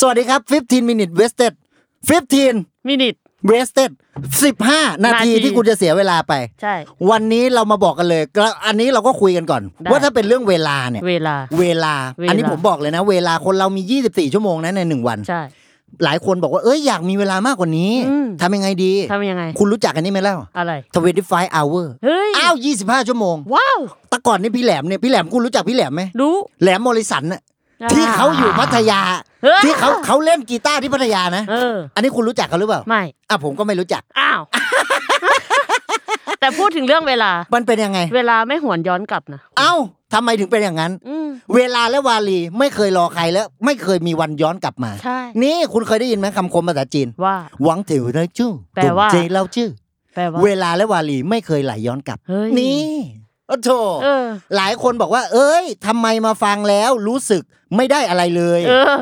สวัสดีครับ 15 minute wasted 15 มินิท wasted 15 นาที นาที ที่คุณจะเสียเวลาไป ใช่ วันนี้เรามาบอกกันเลยแล้วอันนี้เราก็คุยกันก่อน ได้ ว่าถ้าเป็นเรื่องเวลาเนี่ย เวลา เวลา เวลา อันนี้ผมบอกเลยนะ เวลาคนเรามี 24 ชั่วโมงนะในหนึ่งวัน ใช่ หลายคนบอกว่า เอ้ยอยากมีเวลามากกว่านี้ อืม ทำยังไงดี ทำยังไง คุณรู้จักอันนี้ไหมเล่า อะไร 25 hour เฮ้ย อ้าว 25 ชั่วโมง ว้าว แต่ก่อนนี่พี่แหลมเนี่ย พี่แหลมคุณรู้จักพี่แหลมไหม รู้ แหลมมอริสันน่ะ ที่เขาอยู่พัทยา เฮ้ย ที่เขาเขาเล่นกีตาร์ที่พัทยานะ เออ อันนี้คุณรู้จักเขาหรือเปล่า ไม่ อ่ะผมก็ไม่รู้จัก อ้าว แต่พูดถึงเรื่องเวลา มันเป็นยังไง เวลาไม่หวนย้อนกลับนะ เอ้าทำไมถึงเป็นอย่างนั้น อืม เวลาและวารีไม่เคยรอใครแล้ว ไม่เคยมีวันย้อนกลับมา ใช่ นี่คุณเคยได้ยินไหมคำคมภาษาจีน ว่า หวังเถิวเรยจู้ แปลว่า เจเราชื่อ แปลว่า เวลาและวารีไม่เคยไหลย้อนกลับ เฮ้ย นี่โอ้โถ เออ หลายคนบอกว่า เอ้ยทำไมมาฟังแล้วรู้สึกไม่ได้อะไรเลย เออ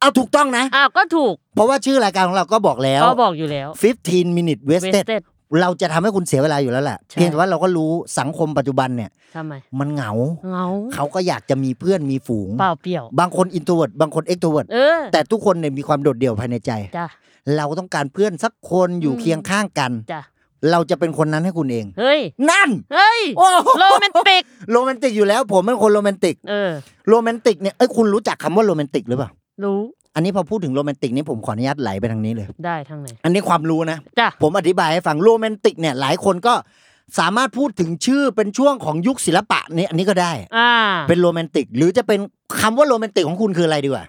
เอาถูกต้องนะ อ้าว ก็ถูก เพราะว่าชื่อรายการของเราก็บอกแล้ว ก็บอกอยู่แล้ว 15 minute wasted wasted เราจะทำให้คุณเสียเวลาอยู่แล้วแหละ ใช่ เพียงแต่ว่าเราก็รู้สังคมปัจจุบันเนี่ย ทำไม มันเหงา เหงา เขาก็อยากจะมีเพื่อนมีฝูง เปล่าเปลี่ยว บางคนอินโทรเวิร์ดบางคนเอ็กโทรเวิร์ด เออ แต่ทุกคนเนี่ยมีความโดดเดี่ยวภายในใจ จ้ะ เราต้องการเพื่อนสักคนอยู่ อืม เคียงข้างกัน จ้ะ เราจะเป็นคนนั้นให้คุณเอง เฮ้ย นั่น เฮ้ย โอ้โห โรแมนติก โรแมนติกอยู่แล้ว ผมเป็นคนโรแมนติก เออ โรแมนติกเนี่ยเอ้ยคุณรู้จักคำว่าโรแมนติกหรือเปล่า รู้ อันนี้พอพูดถึงโรแมนติกนี่ผมขออนุญาตไหลไปทางนี้เลย ได้ทางไหน อันนี้ความรู้นะ จ้ะ ผมอธิบายให้ฟังโรแมนติกเนี่ยหลายคนก็สามารถพูดถึงชื่อเป็นช่วงของยุคศิลปะนี่อันนี้ก็ได้ อ่า เป็นโรแมนติก หรือจะเป็นคำว่าโรแมนติกของคุณคืออะไรดีกว่า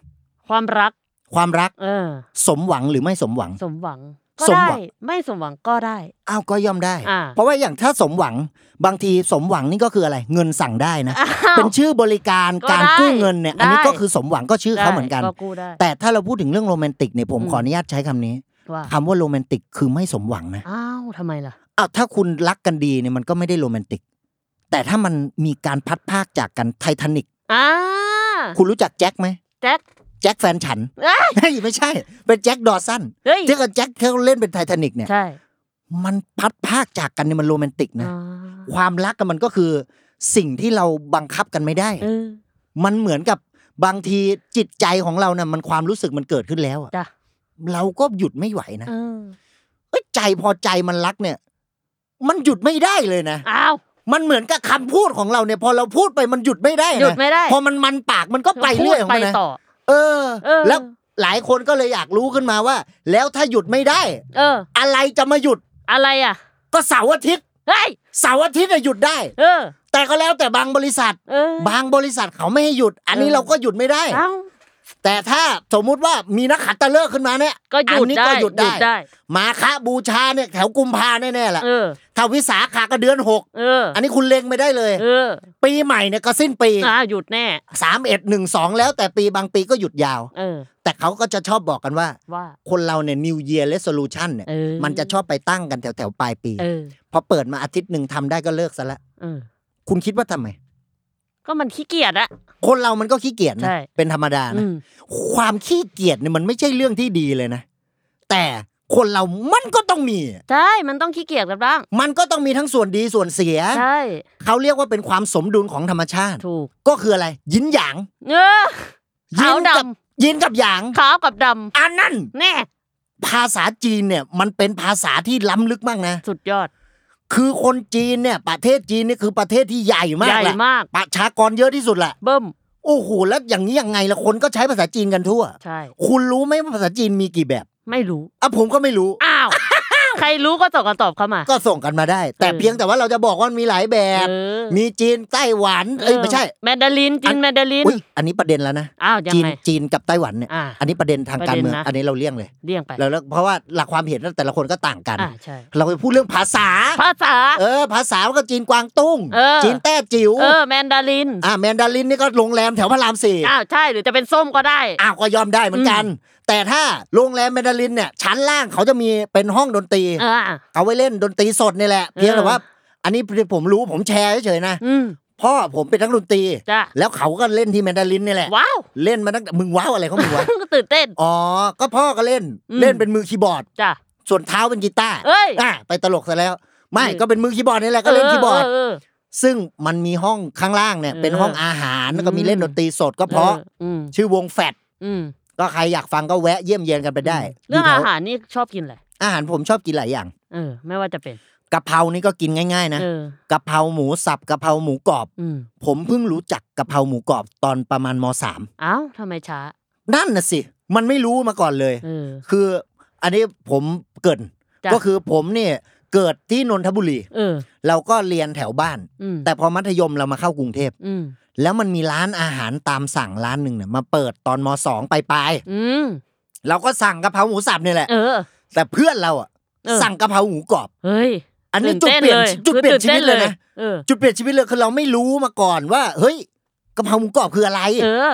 ความรัก ความรัก เออ สมหวังหรือไม่สมหวัง สมหวัง ก็ สม ได้ หวัง ไม่สมหวังก็ได้ อ้าวก็ย่อมได้ อ่า เพราะว่าอย่างถ้าสมหวังบางทีสมหวังนี่ก็คืออะไร เงินสั่งได้นะ อ้าว เป็นชื่อบริการ ก็ การ ได้ กู้เงินเนี่ยอันนี้ ได้ ก็คือสมหวังก็ชื่อเขาเหมือนกัน ได้ก็กู้ได้ แต่ถ้าเราพูดถึงเรื่องโรแมนติกเนี่ยผม อืม ขออนุญาตใช้คำนี้ ว่า คำว่าโรแมนติกคือไม่สมหวังนะ อ้าวทำไมล่ะ อ้าวถ้าคุณรักกันดีเนี่ยมันก็ไม่ได้โรแมนติก แต่ถ้ามันมีการพัดภาคจากกันไททานิก อ่า คุณรู้จักแจ็คไหม แจ็ค แจ็คแฟน ฉัน เอ้ย เฮ้ยไม่ใช่ เป็นแจ็คดอสัน เฮ้ย เจ๊กับแจ็คเขาเล่นเป็นไททานิกเนี่ย ใช่ มันพัดภาคจากกันเนี่ยมันโรแมนติกนะ อ่า ความรักกันมันก็คือสิ่งที่เราบังคับกันไม่ได้ เออ มันเหมือนกับบางทีจิตใจของเราเนี่ยมันความรู้สึกมันเกิดขึ้นแล้วอะ จ้ะ เราก็หยุดไม่ไหวนะ เออ เอ้ยใจพอใจมันรักเนี่ย มันหยุดไม่ได้เลยนะ อ้าว มันเหมือนกับคำพูดของเราเนี่ย พอเราพูดไปมันหยุดไม่ได้นะ หยุดไม่ได้ พอมันมันปากมันก็ไปเรื่อยของ ไป มันนะ ต่อ เออ เออ แล้วหลายคนก็เลยอยากรู้ขึ้นมาว่า แล้วถ้าหยุดไม่ได้ เออ อะไรจะมาหยุด อะไรอ่ะ ก็เสาร์อาทิตย์ เฮ้ย เสาร์อาทิตย์น่ะหยุดได้ เออ แต่ก็แล้วแต่บางบริษัท เออ บางบริษัทเขาไม่ให้หยุด อันนี้ เออ เราก็หยุดไม่ได้ เอ้าว แต่ถ้าสมมุติว่ามีนักขัตฤกษ์ขึ้นมาเนี่ย ก็หยุ อั ด นนี้ ได้ ก็หยุดได้มาคะบูชาเนี่ยแถวกุมภาแน่ๆแหละ เออ ถ้าวิสาขาก็เดือนหก เออ อันนี้คุณเล็งไม่ได้เลย เออ ปีใหม่เนี่ยก็สิ้นปี อ้าวหยุดแน่ สามเอ็ดหนึ่งสองแล้วแต่ปีบางปีก็หยุดยาว เออ แต่เขาก็จะชอบบอกกันว่า ว่า คนเราเนี่ย New Year Resolution เนี่ย เออ มันจะชอบไปตั้งกันแถวๆปลายปี เออ พอเปิดมาอาทิตย์หนึ่งทำได้ก็เลิกซะละ เออ คุณคิดว่าทำไม ก็มันขี้เกียจอะ คนเรามันก็ขี้เกียจนะ ใช่ เป็นธรรมดา อื นะ ม ความขี้เกียจเนี่ยมันไม่ใช่เรื่องที่ดีเลยนะ แต่คนเรามันก็ต้องมี ใช่ มันต้องขี้เกียจกันบ้าง มันก็ต้องมีทั้งส่วนดีส่วนเสีย ใช่ เขาเรียกว่าเป็นความสมดุลของธรรมชาติ ถูก ก็คืออะไร ยินหยาง เออ ยิ ขาวด กัยินกับหยาง ำขาวกับด อันนั้น ำแน่ ภาษาจีนเนี่ย มันเป็นภาษาที่ล้ำลึกมากนะ สุดยอด คือคนจีนเนี่ย ประเทศจีนนี่คือประเทศที่ใหญ่มา ให ก ญ่ แหละ มาก ประชากรเยอะที่สุดแหละ เบิ่ม โอ้โหแล้วอย่างนี้ยังไงละคนก็ใช้ภาษาจีนกันทั่ว ใช่ คุณรู้ไหมว่าภาษาจีนมีกี่แบบ ไม่รู้ อ่ะผมก็ไม่รู้ อ้าว ใครรู้ก็ส่งกันตอบเข้ามา ก็ส่งกันมาได้ แต่ เออ เพียงแต่ว่าเราจะบอกว่ามันมีหลายแบบ เออ มีจีนไต้หวันเอ้ยไม่ใช่ แมนดารินจี อั น น แมนดาริน อุ้ยอันนี้ประเด็นแล้วนะ อ้าวยัง จีน ไง จีนกับไต้หวันเนี่ย อ่า อันนี้ประเด็นทางการเมือง ประเด็นนะ อันนี้เราเลี่ยงเลย เลี่ยงไป แล้วแล้วเพราะว่าหลักความเห็นแต่ละคนก็ต่างกัน อ่าใช่ เราไปพูดเรื่องภาษา ภาษา เออ ภาษามันก็จีนกวางตุ้ง เออ จีนแต้จิ๋ว เออแมนดาริน อ่าแมนดารินนี่ก็โรงแรมแถวพระรามสี่ อ้าวใช่หรือจะเป็นส้มก็ได้ อ้าวก็ยอมได้เหมือนกัน แต่ถ้าโรงแรมแมนดารินเนี่ยชั้นล่างเขาจะมีเป็นห้องดนตรี เออ เอาไว้เล่นดนตรีสดนี่แหละ เพียงแต่ว่า อันนี้ผมรู้ผมแชร์เฉยๆนะ อืม พ่อผมเป็นนักดนตรี จ้ะ แล้วเขาก็เล่นที่แมนดารินนี่แหละ ว้าว เล่นมาตั้งแต่มึงว้าวอะไรของมึงวะ ตื่นเต้น อ๋อ ก็พ่อก็เล่น อืม เล่นเป็นมือคีย์บอร์ด จ้ะ ส่วนเท้าเป็นกีตาร์ เอ้ย อ่ะไปตลกซะแล้ว ไม่ อืม ก็เป็นมือคีย์บอร์ดนี่แหละก็เล่นคีย์บอร์ด เเเ ซึ่งมันมีห้องข้างล่างเนี่ย เออ เป็นห้องอาหารแล้วก็มี อืม เล่นดนตรีสดก็เพราะ อออืม ชื่อวงแฟด อืม ก็ใครอยากฟังก็แวะเยี่ยมเยียนกันไปได้ เรื่อง ยู่ อา แถว หารนี่ชอบกินอะไร อาหารผมชอบกินหลายอย่าง เออ ไม่ว่าจะเป็น กะเพรานี่ก็กินง่ายๆนะ เออก ะเพราหมูสับกะเพราหมูกรอบ อืม ผมเพิ่งรู้จักกะเพราหมูกรอบตอนประมาณมสาม เอ้าวทำไมช้า นั่นน่ะสิมันไม่รู้มาก่อนเลย เออ คืออันนี้ผมเกริน จ้ะ ก็คือผมเนี่ยเกิดที่นนทบุรี เออ เราก็เรียนแถวบ้าน อืม แต่พอมัธยมเรามาเข้ากรุงเทพ อืม แล้วมันมีร้านอาหารตามสั่งร้านหนึ่งเนี่ยมาเปิดตอนมสองปลาย อืม ๆเราก็สั่งกะเพราหมูสับเนี่ยแหละ เออ แต่เพื่อนเราอ่ะ เออ สั่งกะเพราหมูกรอบ เฮ้ย อันนี้จุ ตื่ ดเปลี่ยน ต้ จุดเปลี่ยนชีวิตเลยนะ เออ จุดเปลี่ยนชีวิตเลยคือเราไม่รู้มาก่อนว่า เฮ้ยกะเพราหมูกรอบคืออะไร เออ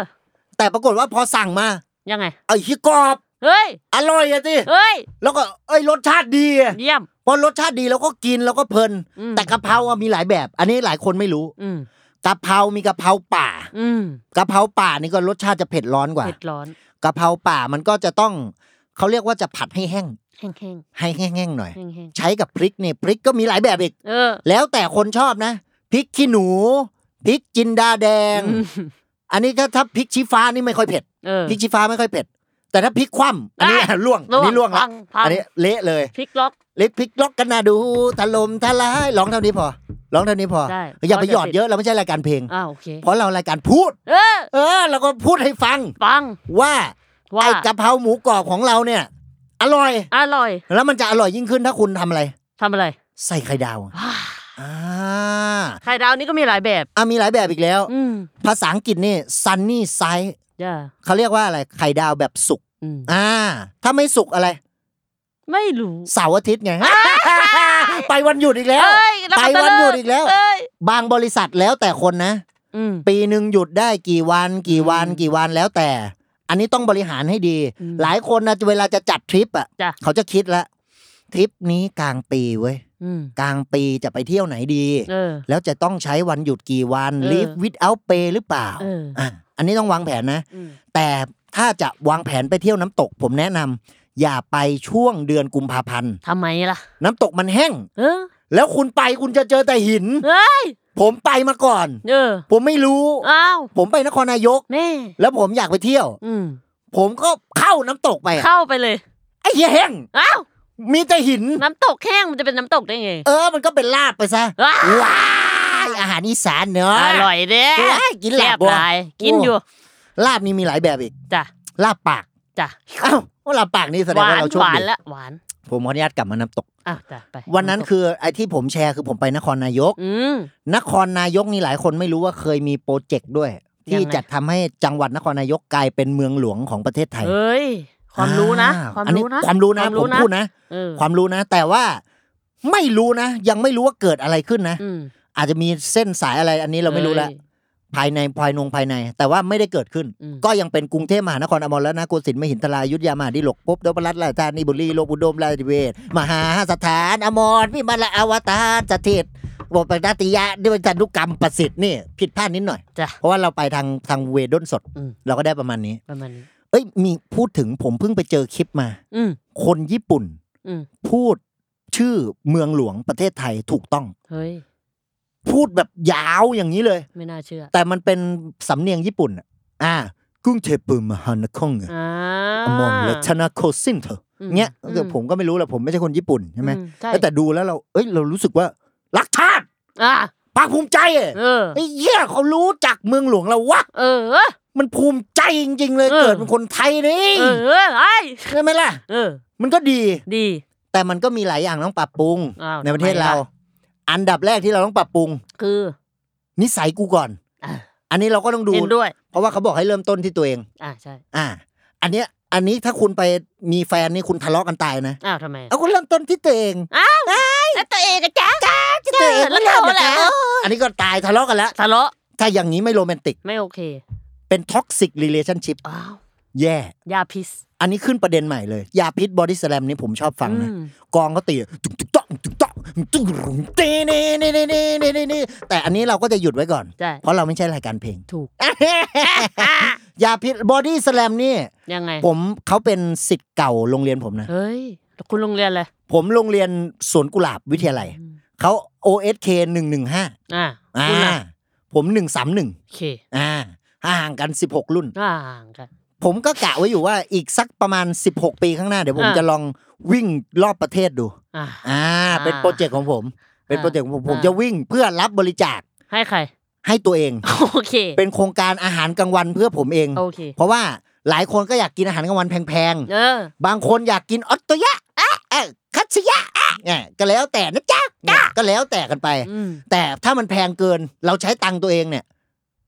แต่ปรากฏว่าพอสั่งมา ยังไง ไอ้ที่กรอบ เฮ้ย อร่อยอะสิ เฮ้ย แล้วก็เอ้ยรสชาติดีอะ เยี่ยม พอรสชาติดีเราก็กินเราก็เพลิน อืม แต่กะเพราอะมีหลายแบบ อันนี้หลายคนไม่รู้ อืม กะเพรามีกะเพราป่า อืม กะเพราป่านี่ก็รสชาติจะเผ็ดร้อนกว่า เผ็ดร้อน กะเพราป่ามันก็จะต้องเขาเรียกว่าจะผัดให้แห้ง แห้งๆแห้ง ให้แห้งๆหน่อย แห้ง ใช้กับพริกเนี่ยพริกก็มีหลายแบบอีก ๆเออ แล้วแต่คนชอบนะพริกขี้หนูพริกจินดาแดง อืม อันนี้ถ้าถ้าพริกชี้ฟ้านี่ไม่ค่อยเผ็ด เออ พริกชี้ฟ้าไม่ค่อยเผ็ด แต่ถ้าพริกคว่ำอันนี้ อ่ะ ล่วงอันนี้ล่วง พั ละ งพัง อันนี้เละเลย พลิกล็อก เล็กพริกล็อกกันนะดูถล่มทลายร้องเท่านี้พอร้องเท่านี้พอ ได้ อย่าไปหยอด เพราะเดี๋ยวติด เยอะเราไม่ใช่รายการเพลง อ้าวโอเค เพราะเรารายการพูด เออ เออเราก็พูดให้ฟัง ฟัง ว่า ว่า ไอ้กะเพราหมูกรอบของเราเนี่ย อร่อย อร่อย แล้วมันจะอร่อยยิ่งขึ้นถ้าคุณทำอะไร ทำอะไร ใส่ไข่ดาว ว้า อ่า ไข่ดาวนี่ก็มีหลายแบบ อ่ะมีหลายแบบอีกแล้ว อืม ภาษาอังกฤษนี่ sunny side จ้า เขาเรียกว่าอะไรไข่ดาวแบบสุก อืม อ่า ถ้าไม่สุกอะไร ไม่รู้ เสาร์อาทิตย์ไง ไปวันหยุดอีกแล้ว เอ้ยแล้ว ไป ก็จะ วันหยุด เลิก อีกแล้ว เอ้ย บางบริษัทแล้วแต่คนนะ อืม ปีหนึ่งหยุดได้กี่วันกี่วัน อืม กี่วันแล้วแต่ อันนี้ต้องบริหารให้ดี อืม หลายคนนะเวลาจะจัดทริปอ่ะ จ้ะ เขาจะคิดละทริปนี้กลางปีเว้ย อืม กลางปีจะไปเที่ยวไหนดี เออ แล้วจะต้องใช้วันหยุดกี่วัน เออ live without pay หรือเปล่า เออ อ่ะอันนี้ต้องวางแผนนะ อืม แต่ถ้าจะวางแผนไปเที่ยวน้ำตก ผมแนะนำอย่าไปช่วงเดือนกุมภาพันธ์ ทำไมล่ะ น้ำตกมันแห้ง เออ แล้วคุณไปคุณจะเจอแต่หิน เอ้ย ผมไปมาก่อน เออ ผมไม่รู้ อ้าว ผมไปนครนายก แม่ แล้วผมอยากไปเที่ยว อืม ผมก็เข้าน้ำตกไปอะ เข้าไปเลย ไอ้เหี้ยแห้ง อ้าว มีแต่หิน น้ำตกแห้งมันจะเป็นน้ำตกได้ไง เออ มันก็เป็นลาบไปซะ ว้า ว้ายอาหารอีสานเนอะ อร่อยเด้ ว้ายกินลา แซ่ บบ บ่ หลายกินอยู่ ลาบนี่มีหลายแบบอีก จ้ะ ลาบปาก จ้ะ อ้าวว่าลาบปากนี่แสด ห ง วา ว่าน เราโชควหาน ดี ละหวาน ผมขออนุญาตกลับมาน้ำตก อ้าวจ้ะไป วันนั้น ำตก คือไอ้ที่ผมแชร์คือผมไปนครนายก อืม นครนายกนี่หลายคนไม่รู้ว่าเคยมีโปรเจกต์ด้วย ที่ ยังไง จัดทำให้จังหวัดนครนายกกลายเป็นเมืองหลวงของประเทศไทย เอ้ย ความรู้นะ อ่ ความ อั รู้นะ ความรู้นะผมพูดนะ เออ ความรู้นะ แต่ว่าไม่รู้นะ ยังไม่รู้ว่าเกิดอะไรขึ้นนะ อืม อาจจะมีเส้นสายอะไรอันนี้เราไม่รู้ละ อ้ย ภายในภายนงภายใน แต่ว่าไม่ได้เกิดขึ้น อืม ก็ยังเป็นกรุงเทพมหานครอมรและนาโกสินทร์มหินทรายุทธยามหาดิลกภพบดบรัตน์ราชธานีบุรีโลกอุดมราชเวทมหาสถาน อมรพิมานละอวตารสถิตบทปฏาติยะด้วยจันทุกรรมประสิทธิ์นี่ผิดพลาดนิดหน่อย จ้ะ เพราะว่าเราไปทางทางเวด้นสด อืม เราก็ได้ประมาณนี้ ประมาณนี้ เอ้ยมีพูดถึงผมเพิ่งไปเจอคลิปมา อืม คนญี่ปุ่น อืม พูดชื่อเมืองหลวงประเทศไทยถูกต้อง เฮ้ย พูดแบบยาวอย่างนี้เลย ไม่น่าเชื่อ แต่มันเป็นสำเนียงญี่ปุ่นอะอ่ากรุงเทพมหานครอะ อ่า อมรรัตนโคสินเธอ อืม เงี้ย อื เดี๋ยวผมก็ไม่รู้แหละผมไม่ใช่คนญี่ปุ่นใช่ไหม อืใช่ แต่ดูแล้วเราเอ้ยเรารู้สึกว่ารักชาติ อ่า ภาคภูมิใจอะ เออ ไอ้เหี้ยเขารู้จักเมืองหลวงเราวะ เออ เออ มันภูมิใจจริง ๆ เลย เออ เกิดเป็นคนไทยนี่ เออไอ ใช่ไหมล่ะ เออ มันก็ดี ดี แต่มันก็มีหลายอย่างต้องปรับปรุง อ้าว ในประเทศเรา ทำไมล่ อันดับแรกที่เราต้องปรับปรุง คือ นิสัยกูก่อน อ่ะ อันนี้เราก็ต้องดู เห็นด้วย เพราะว่าเขาบอกให้เริ่มต้นที่ตัวเอง อ่าใช่ อ่า อันเนี้ย อันนี้ถ้าคุณไปมีแฟนนี่คุณทะเลาะกันตายนะ อ้าวทำไมอ่ะ เอาคุณเริ่มต้นที่ตัวเอง อ้าวแล้วตัวเองอะจ๊ะจ๊ะ ตัวเอง แล้ว ไม่ริ่ เขา ม แหละ นะอันนี้ก็ตายทะเลาะกันแล้ว ทะเลาะ ถ้าอย่างนี้ไม่โรแมนติก ไม่โอเค เป็นท็อกซิกรีเลชั่นชิพ อ้าว แย่ ยาพิษ อันนี้ขึ้นประเด็นใหม่เลย ยาพิษบอดี้สแลมนี่ผมชอบฟังนะ อืม กองเขาตีตึ๊งตึ๊งต๊อกตึ๊งต๊อกตึ๊งรุงเตเนเนเนเนเนเนเนแต่อันนี้เราก็จะหยุดไว้ก่อน ใช่ เพราะเราไม่ใช่รายการเพลง ถูก ยาพิษบอดี้สแลมนี่ ยังไง ผมเขาเป็นสิทธิ์เก่าโรงเรียนผมนะ เฮ้ยคุณโรงเรียนเลย ผมโรงเรียนสวนกุหลาบวิทยาลัย เขา OSK 115 อ่า อ่า คุณล่ะ ผม 131 โอเค อ่าห่างกัน 16 รุ่น อ่าห่างกัน ผมก็กะไว้อยู่ว่าอีกสักประมาณ 16 ปีข้างหน้า เดี๋ยวผม อ่า จะลองวิ่งรอบประเทศดู อ่า อ่า เป็น อ่า โปรเจกต์ของผม เป็น อ่า โปรเจกต์ของผมผม อ่า จะวิ่งเพื่อรับบริจาค ให้ใคร ให้ตัวเอง โอเค เป็นโครงการอาหารกลางวันเพื่อผมเอง โอเค เพราะว่าหลายคนก็อยากกินอาหารกลางวันแพง เออ ๆ บางคนอยากกินออตโตยะอ่ะอ่ะคัตสึยะอ่ะเนี่ยก็แล้วแต่นะจ๊ะเนี่ยก็แล้วแต่กันไป อืม แต่ถ้ามันแพงเกินเราใช้ตังค์ตัวเองเนี่ย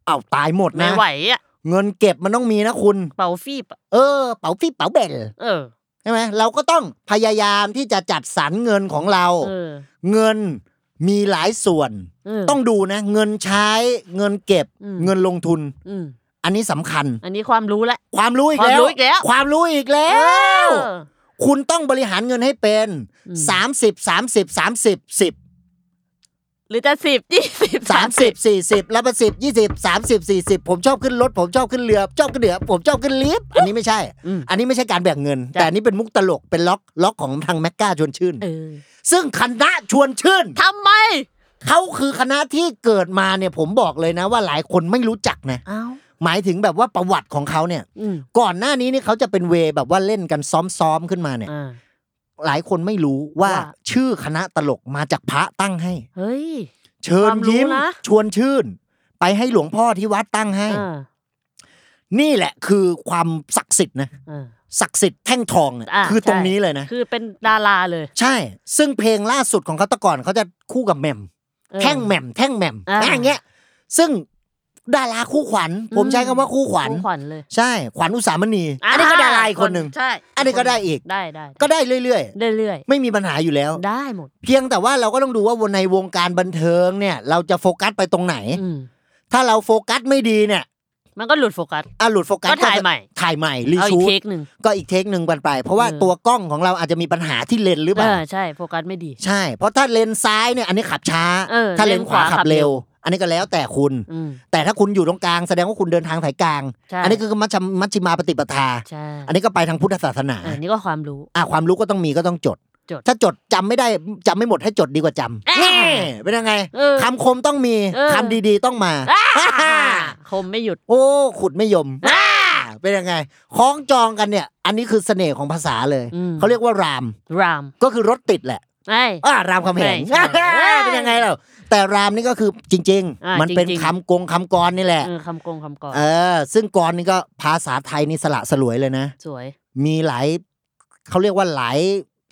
เอาตายหมด ไม่ นะ ไหวอ่ะ เงินเก็บมันต้องมีนะคุณ เป่าฟีบอะ เออ เป๋าฟี่เป๋าเบล เออ ใช่ไหมเราก็ต้องพยายามที่จะจัดสรรเงินของเรา เออ เงินมีหลายส่วน เออ ต้องดูนะ เงินใช้เงินเก็บ อืม เงินลงทุน อืม อันนี้สำคัญ อันนี้ความรู้ละ ความรู้อีกแล้ว ความรู้อีกแล้ว ความรู้อีกแล้ว เออ คุณต้องบริหารเงินให้เป็น อืม สามสิบสามสิบสามสิบสิบ หรือจะสิบ ยี่สิบ สามสิบสี่สิบแล้วมาสิบยี่สิบสามสิบสี่สิบผมชอบขึ้นรถ ผมชอบขึ้นเรือชอบขึ้นเดือผมชอบขึ้นลิฟต์อันนี้ไม่ใช่ อืม อันนี้ไม่ใช่การแบ่งเงิน จ้ะ แต่อันนี้เป็นมุกตลกเป็นล็อกล็อกของทางแมกกาชวนชื่น เออ ซึ่งคณะชวนชื่น ทำไม เขาคือคณะที่เกิดมาเนี่ยผมบอกเลยนะว่าหลายคนไม่รู้จักนะ อ้าว หมายถึงแบบว่าประวัติของเขาเนี่ย อืม ก่อนหน้านี้นี่เขาจะเป็นเวแบบว่าเล่นกันซ้อมๆขึ้นมาเนี่ย อ่า หลายคนไม่รู้ว่า ว่า ชื่อคณะตลกมาจากพระตั้งให้ เฮ้ย เชิ ค ญ วามรู้ ยิ้ม นะ ชวนชื่น ไปให้หลวงพ่อที่วัดตั้งให้ อ่า นี่แหละคือความศักดิ์สิทธิ์นะ อ่า ศักดิ์สิทธิ์แท่งทองเนี่ย อ่ะ คือตรง ใช่ นี้เลยนะ คือเป็นดาราเลย ใช่ ซึ่งเพลงล่าสุดของเขาแตะก่อนเขาจะคู่กับแหม่ม เออ แท่งแหม่มแท่งแหม่ม อ่า อะไรอย่างเงี้ย ซึ่งดาราคู่ขวัญ อืม ผมใช้คำว่าคู่ขวัญ คู่ขวัญเลย ใช่ ขวัญอุสามณี อันนี้ก็ดาราอีกคนหนึ่ง ใช่ อันนี้ก็ได้อีก ได้ได้ ก็ได้เรื่อย เรื่อย ๆ ไม่มีปัญหาอยู่แล้ว ๆได้หมด เพียงแต่ว่าเราก็ต้องดูว่าในวงการบันเทิงเนี่ย เราจะโฟกัสไปตรงไหน อืม ถ้าเราโฟกัสไม่ดีเนี่ย มันก็หลุดโฟกัส อ่ะหลุดโฟกัส ก็ถ่ายใหม่ ถ่ายใหม่รี เอาอี ชู ก ต เทคหนึ่ง ก็อีกเทคหนึ่งกันไป เพราะว่า เออ ตัวกล้องของเราอาจจะมีปัญหาที่เลนส์หรือเป เอ ล่า อใช่โฟกัสไม่ดี ใช่ เพราะถ้าเลนซ้ายเนี่ยอันนี้ขับช้า เออ ถ้าเลน เลน ขวา ขวาขั ขั บบ เร็ เร็ ว ว อันนี้ก็แล้วแต่คุณ อืม แต่ถ้าคุณอยู่ตรงกลางแสดงว่าคุณเดินทางสายกลาง ใช่ อันนี้คือมัชฌิมมัชฌิมาปฏิปทา ใช่ อันนี้ก็ไปทางพุทธศาสนา อันนี้ก็ความรู้ อ่ะความรู้ก็ต้องมีก็ต้องจด จด ถ้าจดจำไม่ได้จำไม่หมดให้จดดีกว่าจำ เอ้ย แน่เป็นยังไง เออ คำคมต้องมี เออ คำดีๆต้องมา คมไม่หยุด โอ้ขุดไม่ยมเป็นยังไงคล้องจองกันเนี่ย อันนี้คือเสน่ห์ของภาษาเลย อืม เขาเรียกว่าราม ราม ก็คือรถติดแหละ ไอ้ อ่ารามคำแหง ใช่ใช่ เป็นยังไงเราแต่รามนี่ก็คือจริง อ่า ๆ มัน จริงๆ เป็นคำกงคำกรนี่แหละ เออคำกงคำกร เออ ซึ่งกรนี่ก็ภาษาไทยนี่สละสลวยเลยนะ สวย มีหลายเขาเรียกว่าหลาย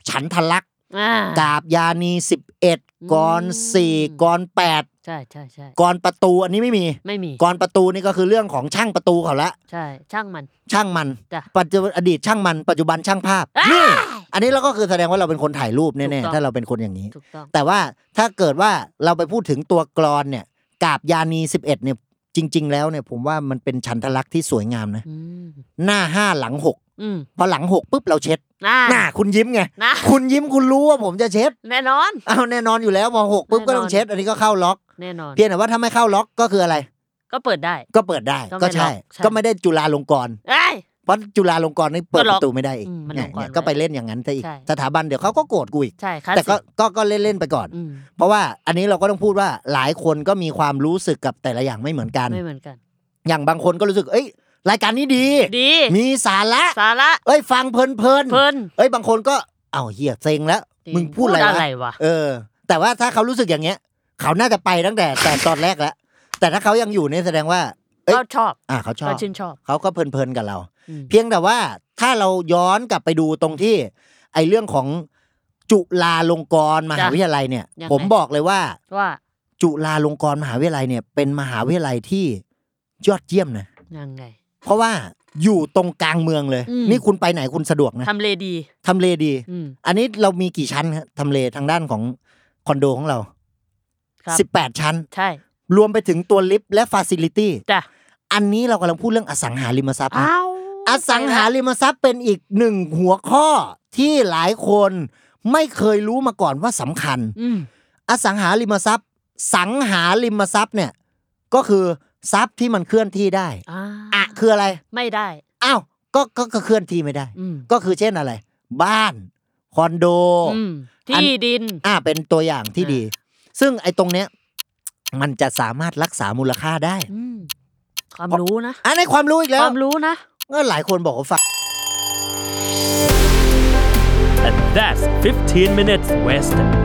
ฉันทลักษณ์ อ่า กาบยานีสิบเอ็ด อืม กรสี่กรแปด ใช่ใช่ใช่ กรประตู อันนี้ไม่มี ไม่มี กรประตูนี่ก็คือเรื่องของช่างประตูเขาละ ใช่ช่างมัน ช่างมัน จ้ะ ปัจจุบันอดีตช่างมันปัจจุบันช่างภาพนี่อันนี้เราก็คือแสดงว่าเราเป็นคนถ่ายรูป ถู แน่ กต้อ ๆ ง ถ้าเราเป็นคนอย่างนี้ ถูกต้อง แต่ว่าถ้าเกิดว่าเราไปพูดถึงตัวกรอนเนี่ยกาบยานี 11เนี่ยจริง ๆ แล้วเนี่ยผมว่ามันเป็นชันทลักษณ์ที่สวยงามนะ อืม หน้าห้าหลังหก อืม พอหลังหกปุ๊บเราเช็ด น่า หน้าคุณยิ้มไง นะ คุณยิ้มคุณรู้ว่าผมจะเช็ด แน่นอน เอาแน่นอนอยู่แล้วมหกปุ๊บ แน่นอน ก็ต้องเช็ด อันนี้ก็เข้าล็อก แน่นอน เพียงแต่ว่าถ้าไม่เข้าล็อกก็คืออะไร ก็เปิดได้ ก็เปิดได้ก็ก็ไม่ล็อก ใช่ ใช่ ก็ไม่ได้จุฬาลงกรณ์ เอ้ย เพราะจุฬาลงกรณ์นี่เปิด ก็ปล็อก ระตูไม่ได้อีก อืมมัน เนี่ย ลงกรณ์ เนี่ยก็ไปเล่นอย่างนั้นซะอีก ใช่ สถาบันเดี๋ยวเขาก็โกรธกูอีก ใช่คลาส แต่ สิ ก็ ก ก็ก็เล่นเล่นๆไปก่อน อืม เพราะว่าอันนี้เราก็ต้องพูดว่าหลายคนก็มีความรู้สึกกับแต่ละอย่างไม่เหมือนกัน ไม่เหมือนกัน อย่างบางคนก็รู้สึก เอ้ย รายการนี้ดี ดี มีสาระ สาระ เอ้ย ฟังเพลินเพลิน เพลิน เอ้ย บางคนก็เอ้าเหี้ยเซ็งแล้ว จริ มึงพูดอะไรวะ อะไรวะ เออ แต่ว่าถ้าเขารู้สึกอย่างเงี้ย เขาน่าจะไปตั้งแต่แต่ตอนแรกแล้ว แต่ถ้าเขายังอยู่เนี่ยแสดงว่า เอ้ย ก็ชอบ อ่าเขาชอ ก็ บ ชื่นชอบ เขาก็เพลินเพลินกับเรา อืม เพียงแต่ว่าถ้าเราย้อนกลับไปดูตรงที่ ไอ้เรื่องของ จุฬาลงกรณ์มหา จ้ะ วิทยาลัยเนี่ย ยังไง ผมบอกเลยว่า ว่า จุฬาลงกรณ์มหาวิทยาลัยเนี่ย เป็นมหาวิทยาลัยที่ยอดเยี่ยมนะ ยังไง เพราะว่าอยู่ตรงกลางเมืองเลย อืม นี่คุณไปไหนคุณสะดวกนะ ทำเลดี ทำเลดี อืม อันนี้เรามีกี่ชั้นฮะทำเลทางด้านของคอนโดของเรา ครับ 18 ชั้น ใช่ รวมไปถึงตัวลิฟต์และฟาซิลิตี้ จ้ะ อันนี้เรากำลังพูดเรื่องอสังหาริมทรัพย์นะ อ้าว อสังหาริมทรัพย์เป็นอีกหนึ่งหัวข้อที่หลายคนไม่เคยรู้มาก่อนว่าสำคัญ อืม อสังหาริมทรัพย์ สังหาริมทรัพย์เนี่ยก็คือทรัพย์ที่มันเคลื่อนที่ได้ อ่า อะคืออะไร ไม่ได้ อ้าวก็ก็ก็เคลื่อนที่ไม่ได้ อืม ก็คือเช่นอะไร บ้าน คอนโด อืม อัน ที่ดิน อ่าเป็นตัวอย่างที่ อ่า ดี ซึ่งไอ้ตรงเนี้ยมันจะสามารถรักษามูลค่าได้ อืมความรู้นะ อันในความรู้อีกแล้ คว วามรู้นะ ก็หลายคนบอกว่าฝาก And that's 15 minutes wasted.